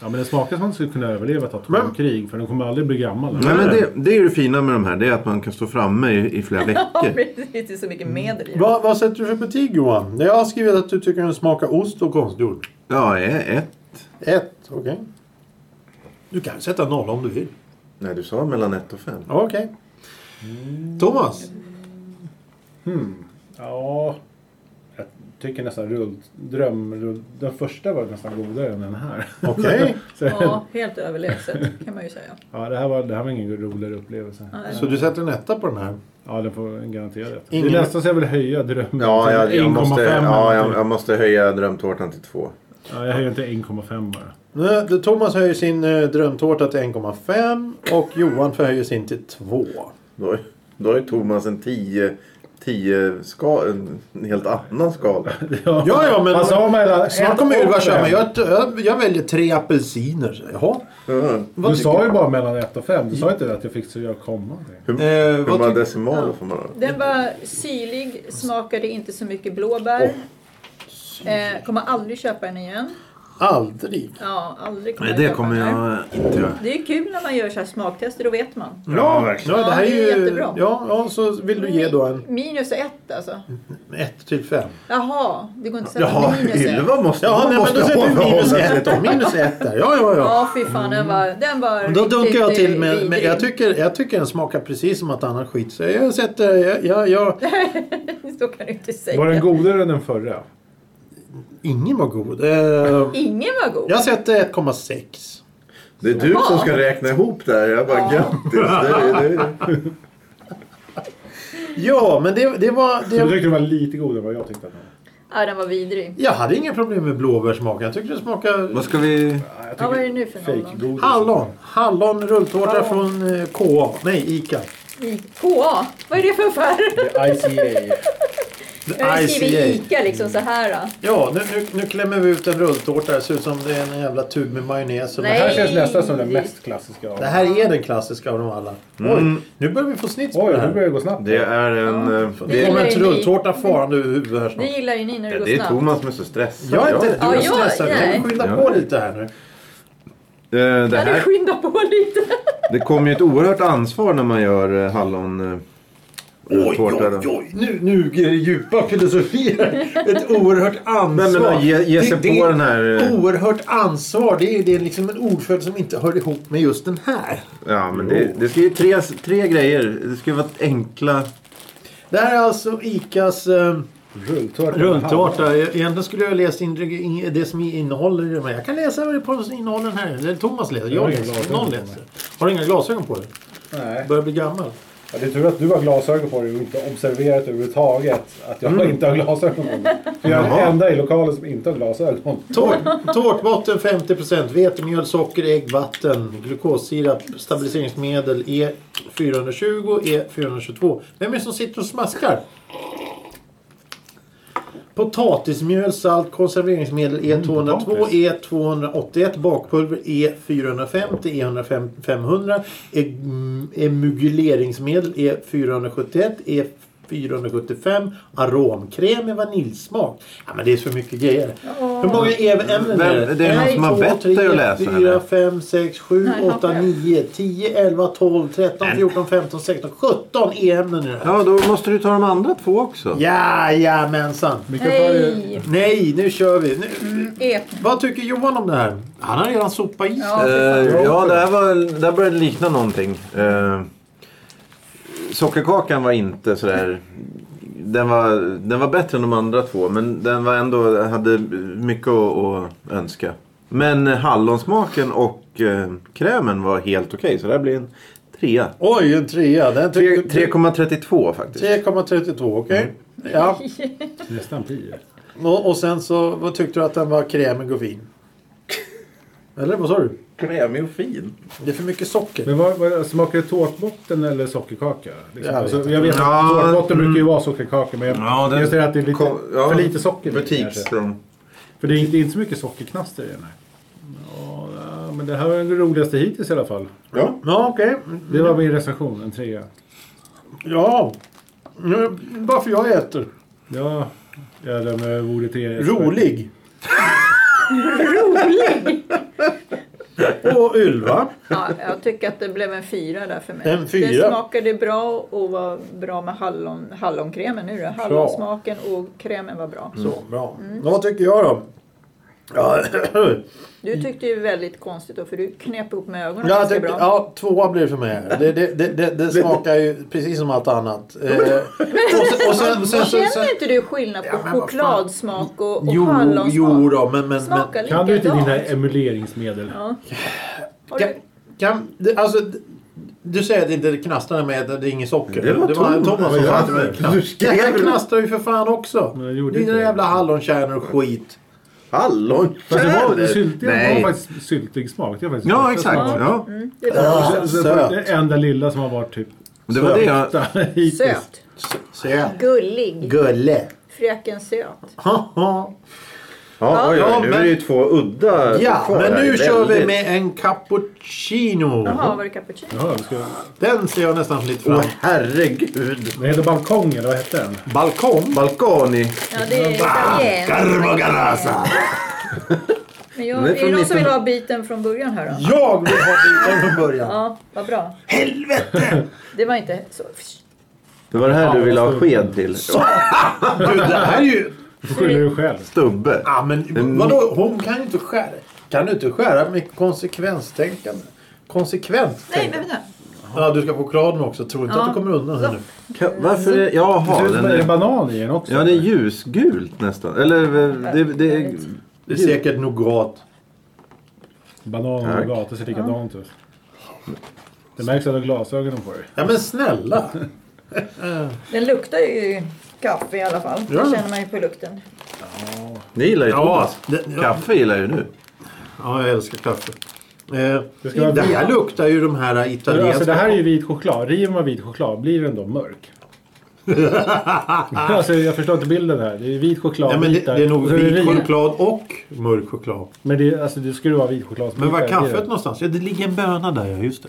[SPEAKER 4] men den smakar som att den skulle kunna överleva ett
[SPEAKER 3] Men-
[SPEAKER 4] atomkrig för den kommer aldrig bli gammal.
[SPEAKER 2] Nej, men det, det är ju det fina med de här. Det är att man kan stå framme i, i flera
[SPEAKER 1] Ja,
[SPEAKER 2] veckor.
[SPEAKER 1] precis. Det är så mycket medel i det.
[SPEAKER 3] Vad, vad sätter du för betyg Johan? Jag har skrivit att du tycker den smakar ost och konstgjord.
[SPEAKER 2] Ja, eh, ett.
[SPEAKER 3] Ett, okej. Du kan sätta noll om du vill.
[SPEAKER 2] Nej, du sa mellan 1 och 5.
[SPEAKER 3] Okej. Mm. Thomas.
[SPEAKER 4] Ja, jag tycker nästan rull, dröm, rull, den första var nästan godare än den här.
[SPEAKER 3] Okej.
[SPEAKER 4] Så,
[SPEAKER 1] Ja, helt överlägset kan man ju säga.
[SPEAKER 4] ja, det, här var, det här var ingen roligare upplevelse.
[SPEAKER 1] Nej.
[SPEAKER 3] Så du sätter en etta på den här.
[SPEAKER 4] Ja, den får garanterat.
[SPEAKER 3] Ingen-
[SPEAKER 4] Det är nästan så jag vill höja drömmen
[SPEAKER 2] Ja,
[SPEAKER 4] till
[SPEAKER 2] jag, jag, måste,
[SPEAKER 4] 1,5
[SPEAKER 2] ja,
[SPEAKER 4] eller
[SPEAKER 2] jag,
[SPEAKER 4] typ.
[SPEAKER 2] jag måste höja drömtårtan till 2.
[SPEAKER 4] Ja, jag höjer inte 1,5 bara.
[SPEAKER 3] Nu, då Thomas höjer sin eh, drömtårta till 1,5 och Johan förhöjer sin till 2.
[SPEAKER 2] Då, då är Thomas en 10 tio skal, en en helt annan skala.
[SPEAKER 4] Ja,
[SPEAKER 3] ja, men-
[SPEAKER 4] Fast har man hela-
[SPEAKER 3] Snart
[SPEAKER 4] ett
[SPEAKER 3] kommer Ylva
[SPEAKER 4] och
[SPEAKER 3] köra,
[SPEAKER 4] fem.
[SPEAKER 3] men jag, jag, jag väljer tre apelsiner. säger jag. Jaha.
[SPEAKER 2] Mm.
[SPEAKER 3] Vad
[SPEAKER 4] Du
[SPEAKER 3] tycker
[SPEAKER 4] sa ju bara mellan ett och fem. Du sa inte att jag fick så jag komma.
[SPEAKER 3] Eh,
[SPEAKER 2] Hur
[SPEAKER 3] vad
[SPEAKER 2] många
[SPEAKER 3] tyck-
[SPEAKER 2] decimaler får man ha?
[SPEAKER 1] Den var syrlig, smakade inte så mycket blåbär. Eh, kommer aldrig köpa den igen.
[SPEAKER 3] Aldrig.
[SPEAKER 1] Ja, aldrig kommer
[SPEAKER 2] Nej,
[SPEAKER 1] jag
[SPEAKER 2] det
[SPEAKER 1] köpa
[SPEAKER 2] kommer
[SPEAKER 1] den här.
[SPEAKER 2] jag inte göra.
[SPEAKER 1] Det är kul när man gör så här smaktester, då vet man.
[SPEAKER 2] Ja, verkligen.
[SPEAKER 3] Ja, det här är
[SPEAKER 1] Ja, det är
[SPEAKER 3] ju,
[SPEAKER 1] jättebra.
[SPEAKER 3] ja, ja, så vill du ge då en
[SPEAKER 1] Minus ett alltså.
[SPEAKER 3] 1 till 5.
[SPEAKER 1] Jaha, det går inte att sätta
[SPEAKER 2] Jaha,
[SPEAKER 1] minus ett.
[SPEAKER 2] Ylva måste
[SPEAKER 3] Ja,
[SPEAKER 2] hon
[SPEAKER 3] nej, men
[SPEAKER 2] måste
[SPEAKER 3] då sätter
[SPEAKER 2] ha-
[SPEAKER 3] vi minus
[SPEAKER 2] hålla sig
[SPEAKER 3] 1 då. Minus 1 där. Ja, ja, ja.
[SPEAKER 1] Ja, fy fan, den var, den var
[SPEAKER 3] Då dunkar jag
[SPEAKER 1] riktigt
[SPEAKER 3] till med, men
[SPEAKER 1] vidrig.
[SPEAKER 3] jag tycker, jag tycker den smakar precis som att annat skit. Så jag sätter, jag, jag, jag,
[SPEAKER 1] Så kan du inte säga.
[SPEAKER 4] Var den godare än den förra?
[SPEAKER 3] ingen var god. Eh,
[SPEAKER 1] Ingen var god.
[SPEAKER 3] Jag sätter 1,6.
[SPEAKER 2] Det är du som ska räkna ihop det här. Jag bara,
[SPEAKER 1] Ja.
[SPEAKER 2] grattis. Det, är- det, är-
[SPEAKER 3] Ja, men det, det var...
[SPEAKER 4] Så du
[SPEAKER 3] Det,
[SPEAKER 4] tyckte den var lite godare än vad jag tyckte att den var?
[SPEAKER 1] Ja, den var vidrig.
[SPEAKER 3] jag hade inga problem med blåbärssmaken. Jag tyckte det smakade
[SPEAKER 2] vad ska vi...
[SPEAKER 4] Ja, jag
[SPEAKER 1] Ja, vad är det
[SPEAKER 4] tycker
[SPEAKER 1] nu för någon då?
[SPEAKER 4] fejkgodis.
[SPEAKER 3] hallon. Hallon rulltårta
[SPEAKER 1] Hallon.
[SPEAKER 3] från eh, KA. Nej, ICA.
[SPEAKER 1] I- KA, vad är det för affär?
[SPEAKER 4] Det är ICA.
[SPEAKER 1] Jag har ju skrivit
[SPEAKER 3] ICA.
[SPEAKER 1] ICA liksom så här. Då.
[SPEAKER 3] Ja, nu, nu, nu klämmer vi ut en rulltårta. Det ser ut som det är en jävla tub med majonnäs. Och
[SPEAKER 4] Det här
[SPEAKER 1] Nej.
[SPEAKER 4] känns nästan som den mest klassiska. av-
[SPEAKER 3] Det här är den klassiska av dem alla.
[SPEAKER 2] Mm.
[SPEAKER 3] Oj, nu börjar vi få snitt på det
[SPEAKER 4] Oj, nu börjar
[SPEAKER 3] här.
[SPEAKER 4] det gå snabbt.
[SPEAKER 2] det är en... eh,
[SPEAKER 3] Det
[SPEAKER 2] Det,
[SPEAKER 3] kommer en
[SPEAKER 1] Nej.
[SPEAKER 3] rulltårta farande över huvudet här snart.
[SPEAKER 1] Det gillar ju ni när det
[SPEAKER 2] det
[SPEAKER 1] går
[SPEAKER 2] är
[SPEAKER 1] snabbt.
[SPEAKER 2] Thomas som är så stressad. Eh,
[SPEAKER 3] Jag är inte
[SPEAKER 1] Ja,
[SPEAKER 3] du är
[SPEAKER 1] jag-
[SPEAKER 3] stressad. Jag
[SPEAKER 1] nej.
[SPEAKER 3] vill skynda
[SPEAKER 2] Ja.
[SPEAKER 3] på lite här nu.
[SPEAKER 2] Ja. Eh, Det,
[SPEAKER 1] Kan du
[SPEAKER 2] här,
[SPEAKER 1] skynda på lite?
[SPEAKER 2] det kommer ju ett oerhört ansvar när man gör eh, hallon... eh, rulltårta då.
[SPEAKER 3] oj. Nu, nu är det djupa filosofier. Ett oerhört
[SPEAKER 2] Nej, men
[SPEAKER 3] ansvar.
[SPEAKER 2] då, ge, ge
[SPEAKER 3] Det-
[SPEAKER 2] sig
[SPEAKER 3] det
[SPEAKER 2] på
[SPEAKER 3] är
[SPEAKER 2] den här... eh,
[SPEAKER 3] Oerhört ansvar. Det är, det är liksom en ordföljd som inte hör ihop med just den här.
[SPEAKER 2] Ja, men det, det ska ju tre, tre grejer. Det ska ju vara enkla...
[SPEAKER 3] Det här är alltså ICAs eh,
[SPEAKER 4] Rulltårta.
[SPEAKER 3] rulltårta. Egentligen skulle jag läsa in in- det som innehåller det. Men jag kan läsa vad det på som innehåller den här. Eller Thomas läser.
[SPEAKER 4] Jag har
[SPEAKER 3] Jag
[SPEAKER 4] inga
[SPEAKER 3] läser.
[SPEAKER 4] glasögon
[SPEAKER 3] Någon
[SPEAKER 4] på mig.
[SPEAKER 3] läser. Har du inga glasögon på dig?
[SPEAKER 4] Nej.
[SPEAKER 3] Börjar bli gammal.
[SPEAKER 4] Ja, det är tur att du har glasögon på dig och inte observerat överhuvudtaget att jag
[SPEAKER 3] Mm.
[SPEAKER 4] inte har glasögon på mig. För jag är
[SPEAKER 2] Jaha.
[SPEAKER 4] den enda i lokalen som inte har glasögon.
[SPEAKER 3] Tårt, tårtbotten 50 vetemjöl, socker, ägg, vatten, glukossirap, stabiliseringsmedel E E420, E422. Vem är det som sitter och smaskar? Potatismjöl, salt, konserveringsmedel E
[SPEAKER 2] Mm,
[SPEAKER 3] E202, E281, bakpulver E E450, E500, mm, emulgeringsmedel E471, E475, E aromkräm med vaniljsmak. Ja, men det är så mycket grejer. Hur många EV-ämnen är det?
[SPEAKER 2] Vem- det är någon som har bett dig att läsa,
[SPEAKER 3] 4,
[SPEAKER 2] eller?
[SPEAKER 3] 5, 6, 7,
[SPEAKER 1] Nej,
[SPEAKER 3] 8,
[SPEAKER 1] jag
[SPEAKER 3] 9, 10, 11, 12, 13, 14, 15, 16, 17 E-ämnen i det här.
[SPEAKER 2] Ja, då måste du ta de andra två också.
[SPEAKER 3] Jajamensan!
[SPEAKER 4] Vilken färg?
[SPEAKER 1] Nej,
[SPEAKER 3] Nej, nu kör vi. Nu,
[SPEAKER 1] ep.
[SPEAKER 3] vad tycker Johan om det här? Han har redan sopat i sig.
[SPEAKER 1] Ja,
[SPEAKER 2] Eh,
[SPEAKER 1] för fan.
[SPEAKER 2] ja, det här, var, det här började likna någonting. Eh, sockerkakan var inte sådär... Den var, den var bättre än de andra två men den var ändå, hade mycket att, att önska. Men hallonsmaken och eh, krämen var helt okej så det här blir en trea.
[SPEAKER 3] Oj, en trea. Den
[SPEAKER 2] Tre- Mm.
[SPEAKER 3] tyckte-
[SPEAKER 2] 3,32 faktiskt.
[SPEAKER 3] 3,32, okej. Ja.
[SPEAKER 4] Nästan 10.
[SPEAKER 3] Och, och sen så, vad tyckte du att den var krämig och fin? Eller vad sa du?
[SPEAKER 2] Krämig och fin.
[SPEAKER 3] Det är för mycket socker.
[SPEAKER 4] Men vad, vad, smakar det tårtbotten eller sockerkaka?
[SPEAKER 3] Jag
[SPEAKER 4] Liksom?
[SPEAKER 3] vet
[SPEAKER 4] Jag, alltså,
[SPEAKER 3] inte.
[SPEAKER 4] jag vet att
[SPEAKER 2] Ja,
[SPEAKER 4] tårtbotten
[SPEAKER 2] mm.
[SPEAKER 4] brukar ju vara sockerkaka men jag,
[SPEAKER 2] Ja, den-
[SPEAKER 4] jag säger att det är lite,
[SPEAKER 2] Kom- ja,
[SPEAKER 4] för lite socker i den
[SPEAKER 2] Butiks...
[SPEAKER 4] kanske. För det är, inte- det är inte så mycket sockerknaster i den här. Ja, ja, men det här var den roligaste hittills i alla fall.
[SPEAKER 2] Ja.
[SPEAKER 3] Ja, okej.
[SPEAKER 4] Det var min recension, en trea.
[SPEAKER 3] Ja. Nu, bara för jag äter.
[SPEAKER 4] Ja, jag lämnar över ordet till er.
[SPEAKER 3] Rolig.
[SPEAKER 1] Rolig!
[SPEAKER 3] Och Ylva.
[SPEAKER 1] Ja, jag tycker att det blev en fyra där för mig.
[SPEAKER 3] En fyra.
[SPEAKER 1] Det smakade bra och var bra med hallon, hallonkrämen nu då. Hallonsmaken och krämen var bra.
[SPEAKER 3] Så, bra. Vad tycker jag då? Ja,
[SPEAKER 1] Du tyckte ju väldigt konstigt då för du knep ihop med ögonen
[SPEAKER 3] jag
[SPEAKER 1] ganska
[SPEAKER 3] tycker,
[SPEAKER 1] bra.
[SPEAKER 3] Mm. ja, tvåa blir det för mig. här. Det, det, det, det, det smakar ju precis som allt annat. Eh, och sen, och sen, sen, sen, sen,
[SPEAKER 1] Känner inte du skillnad på
[SPEAKER 3] Ja, men vad fan.
[SPEAKER 1] chokladsmak och, och
[SPEAKER 3] jo,
[SPEAKER 1] hallonsmak?
[SPEAKER 3] jo då, men... men, men
[SPEAKER 1] Smakar
[SPEAKER 4] Kan du inte
[SPEAKER 1] likadant.
[SPEAKER 4] dina emuleringsmedel?
[SPEAKER 1] Ja. Har
[SPEAKER 3] kan,
[SPEAKER 1] du-
[SPEAKER 3] kan, det, alltså, d- du säger att det inte knastrar med att det är inget socker.
[SPEAKER 2] Det var Thomas.
[SPEAKER 3] som sa
[SPEAKER 2] Ja,
[SPEAKER 3] att det var
[SPEAKER 2] du
[SPEAKER 3] knastrar. Det
[SPEAKER 2] skrev
[SPEAKER 3] här
[SPEAKER 2] det.
[SPEAKER 3] knastrar ju för fan också.
[SPEAKER 4] Men jag gjorde
[SPEAKER 3] Dina
[SPEAKER 4] inte det.
[SPEAKER 3] jävla hallonkärnor och skit.
[SPEAKER 2] Hallon?
[SPEAKER 4] Fast det var, det syltiga var
[SPEAKER 2] Nej.
[SPEAKER 4] faktiskt syltig smak. Det var faktiskt
[SPEAKER 2] Ja,
[SPEAKER 4] det bästa
[SPEAKER 2] exakt.
[SPEAKER 4] smaken.
[SPEAKER 2] Ja.
[SPEAKER 1] Det är bra.
[SPEAKER 4] Så- så-
[SPEAKER 3] Söt.
[SPEAKER 4] Det enda lilla som har varit typ
[SPEAKER 2] Det var det jag...
[SPEAKER 4] söta hittills.
[SPEAKER 1] Söt.
[SPEAKER 3] S- Söt.
[SPEAKER 1] Gullig.
[SPEAKER 3] Gulle.
[SPEAKER 1] Fröken Söt.
[SPEAKER 3] Haha.
[SPEAKER 2] Ja, oj,
[SPEAKER 3] Ja,
[SPEAKER 2] oj, nu är det ju två udda
[SPEAKER 3] ja,
[SPEAKER 2] kvar
[SPEAKER 3] men
[SPEAKER 2] här.
[SPEAKER 3] nu kör vi
[SPEAKER 2] Väldigt-
[SPEAKER 3] med en cappuccino.
[SPEAKER 1] Jaha, var det cappuccino?
[SPEAKER 4] Jaha, vi ska...
[SPEAKER 3] Den ser jag nästan lite fram
[SPEAKER 2] Åh herregud!
[SPEAKER 4] Den heter Balkong, eller vad hette den?
[SPEAKER 3] Balkong.
[SPEAKER 2] Balkani.
[SPEAKER 1] Ja, det är italienskt.
[SPEAKER 3] Garbogarasa.
[SPEAKER 1] Men jag,
[SPEAKER 2] Den är
[SPEAKER 1] är det
[SPEAKER 2] från
[SPEAKER 1] någon som
[SPEAKER 2] 19
[SPEAKER 1] vill ha biten från början här då?
[SPEAKER 3] Jag vill ha biten från början.
[SPEAKER 1] Ja, vad bra.
[SPEAKER 3] Helvete!
[SPEAKER 1] Det var inte så...
[SPEAKER 2] Det var det här
[SPEAKER 4] Ja,
[SPEAKER 2] du ville ha
[SPEAKER 4] vad
[SPEAKER 2] sked till.
[SPEAKER 3] Du, det här är ju...
[SPEAKER 4] Du skyller dig själv.
[SPEAKER 2] Stubbe.
[SPEAKER 3] Ja,
[SPEAKER 2] Mm.
[SPEAKER 3] men vadå? Hon kan ju inte skära. Kan du inte skära med konsekvenstänkande? Konsekvent
[SPEAKER 1] Nej, men
[SPEAKER 3] tänkande.
[SPEAKER 1] vänta.
[SPEAKER 3] Ja, du ska få choklad med också. Tror inte
[SPEAKER 1] Ja.
[SPEAKER 3] att du kommer undan här nu.
[SPEAKER 2] Ka- Varför
[SPEAKER 3] Mm.
[SPEAKER 2] är
[SPEAKER 4] Det ser
[SPEAKER 2] Jaha,
[SPEAKER 4] ut
[SPEAKER 2] den
[SPEAKER 4] som det är
[SPEAKER 2] är...
[SPEAKER 4] banan i den också.
[SPEAKER 2] Ja, det är ljusgult nästan. Eller eh, det, det är...
[SPEAKER 3] Det är säkert nougat.
[SPEAKER 4] Banan och
[SPEAKER 2] Tack.
[SPEAKER 4] nougat, det ser likadant ut. Det märks att du har glasögonen på dig.
[SPEAKER 3] Ja, men snälla!
[SPEAKER 1] Den luktar ju kaffe i alla fall.
[SPEAKER 3] Ja.
[SPEAKER 1] Det känner man ju på lukten.
[SPEAKER 2] Ni gillar ju
[SPEAKER 3] Ja,
[SPEAKER 2] Thomas.
[SPEAKER 3] det- ja.
[SPEAKER 2] Kaffe gillar ju nu.
[SPEAKER 3] Ja, jag älskar kaffe. Eh,
[SPEAKER 4] Det ska vara-
[SPEAKER 3] det här luktar ju de här
[SPEAKER 4] Men
[SPEAKER 3] italienska...
[SPEAKER 4] Alltså, det här är ju vit choklad. River man vit choklad, blir den då mörk? alltså, jag förstår inte bilden här. Det är vit choklad,
[SPEAKER 3] Ja, men det,
[SPEAKER 4] bitar,
[SPEAKER 3] det är nog
[SPEAKER 4] och så är det
[SPEAKER 3] vit
[SPEAKER 4] riv.
[SPEAKER 3] choklad och mörk choklad.
[SPEAKER 4] Men det, alltså, det skulle vara vit choklad. som
[SPEAKER 3] Men var är
[SPEAKER 4] bitar i
[SPEAKER 3] kaffet någonstans? Ja, det ligger en böna där, ja just det.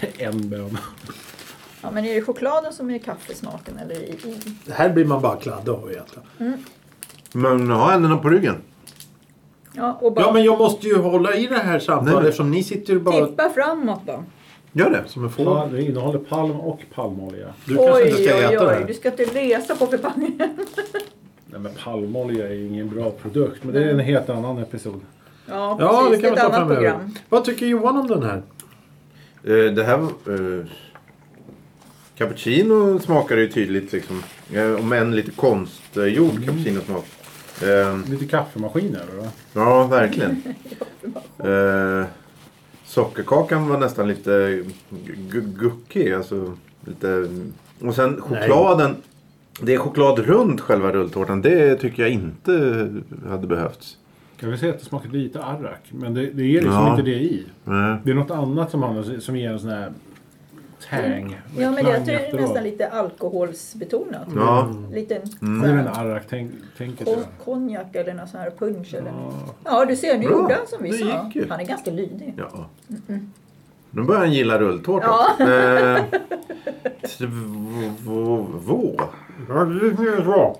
[SPEAKER 4] det. En bön.
[SPEAKER 1] Ja, men är det chokladen som är kaffesmaken eller i? i?
[SPEAKER 3] Det här blir man bara kladd av egentligen.
[SPEAKER 2] Men ha händerna på ryggen.
[SPEAKER 1] Ja, och bara
[SPEAKER 3] Ja, men jag måste ju hålla i det här
[SPEAKER 2] Nej,
[SPEAKER 3] samtalet
[SPEAKER 2] men-
[SPEAKER 3] eftersom ni sitter ju bara
[SPEAKER 1] tippa framåt då.
[SPEAKER 2] Gör det.
[SPEAKER 3] som en får.
[SPEAKER 4] Ja, det innehåller palm och palmolja.
[SPEAKER 3] Du
[SPEAKER 1] oj,
[SPEAKER 3] kanske inte ska
[SPEAKER 1] oj,
[SPEAKER 3] äta det
[SPEAKER 1] oj. Du
[SPEAKER 3] här.
[SPEAKER 1] ska inte läsa på förpackningen.
[SPEAKER 4] Nej, men palmolja är ingen bra produkt. Men det är en helt annan episod.
[SPEAKER 1] Ja,
[SPEAKER 3] Ja, det
[SPEAKER 1] precis. Det
[SPEAKER 3] kan
[SPEAKER 1] är ett
[SPEAKER 3] vi ta
[SPEAKER 1] annat
[SPEAKER 3] framöver.
[SPEAKER 1] program.
[SPEAKER 3] Vad tycker Johan om den här?
[SPEAKER 2] Eh, Det här... eh, Cappuccino smakar ju tydligt liksom. Eh, Om än lite konstgjord cappuccinosmak. Eh,
[SPEAKER 4] Lite kaffemaskin över va?
[SPEAKER 2] Ja, verkligen. eh, sockerkakan var nästan lite gu- gu- guckig. Alltså, lite... Och sen chokladen. Det är choklad runt själva rulltårtan. Det tycker jag inte hade behövts.
[SPEAKER 4] Jag vill säga att det smakar lite arrak. Men det, det är liksom
[SPEAKER 2] Ja.
[SPEAKER 4] inte det i.
[SPEAKER 2] Nej.
[SPEAKER 4] Det är något annat som, handlar, som ger en sån här tang.
[SPEAKER 1] Ja, men jag
[SPEAKER 4] Klang
[SPEAKER 1] tror det är
[SPEAKER 4] efteråt.
[SPEAKER 1] nästan lite alkoholsbetonat.
[SPEAKER 2] Ja,
[SPEAKER 1] Lite
[SPEAKER 3] Mm.
[SPEAKER 4] Det är
[SPEAKER 1] så
[SPEAKER 4] väl en
[SPEAKER 1] här,
[SPEAKER 4] arrak-tänket.
[SPEAKER 1] kon- konjak eller någon sån här punch eller något. Ja, du ser. Nu
[SPEAKER 2] Bra,
[SPEAKER 1] gjorde han som vi
[SPEAKER 2] det
[SPEAKER 1] sa.
[SPEAKER 2] gick ju.
[SPEAKER 1] Han är ganska lydig.
[SPEAKER 2] ja. Nu börjar han gilla rulltårta.
[SPEAKER 1] Ja.
[SPEAKER 2] Eh, två.
[SPEAKER 3] Ja, det är bra.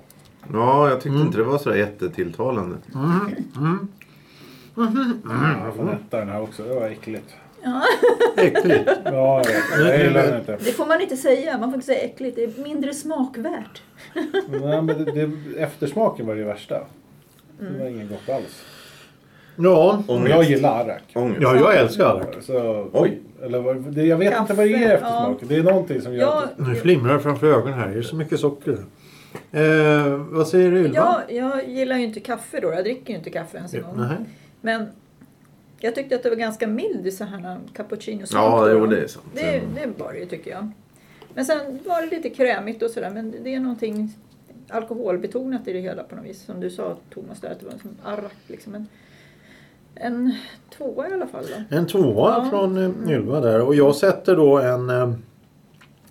[SPEAKER 2] Ja, jag tyckte inte det var så där jättetilltalande.
[SPEAKER 4] Ja, Mm, jag får nätta den här också. Det var äckligt.
[SPEAKER 3] Äckligt.
[SPEAKER 4] Ja, jag- jag gillar den inte.
[SPEAKER 1] Det får man inte säga. Man får inte säga äckligt. Det är mindre smakvärt.
[SPEAKER 4] Nej, men det, det, eftersmaken var det värsta. Det var inget gott alls.
[SPEAKER 3] Ja,
[SPEAKER 4] Och jag gillar arrak.
[SPEAKER 2] Ångest.
[SPEAKER 3] ja jag älskar det.
[SPEAKER 4] Så,
[SPEAKER 2] Oj.
[SPEAKER 4] Eller, vad- det, jag vet inte vad det är
[SPEAKER 1] Kaffe,
[SPEAKER 4] eftersmak. Det är någonting som gör
[SPEAKER 1] Jag,
[SPEAKER 4] att...
[SPEAKER 3] Nu flimrar det framför ögonen här. Det är så mycket socker. Eh, vad säger du Ylva?
[SPEAKER 1] jag, jag gillar ju inte kaffe då. Jag dricker ju inte kaffe ens en
[SPEAKER 3] Ja,
[SPEAKER 1] gång.
[SPEAKER 3] nej.
[SPEAKER 1] Men jag tyckte att det var ganska mild i så här cappuccino
[SPEAKER 2] Ja, jo, det är sant. Mm.
[SPEAKER 1] Det, det var det ju tycker jag. Men sen var det lite krämigt och sådär. Men det är någonting alkoholbetonat i det hela på något vis. Som du sa Thomas där, att det var som arrak liksom. En, en tvåa i alla fall då.
[SPEAKER 3] En tvåa
[SPEAKER 1] Ja.
[SPEAKER 3] från eh, Ylva där. Och jag sätter då en, eh,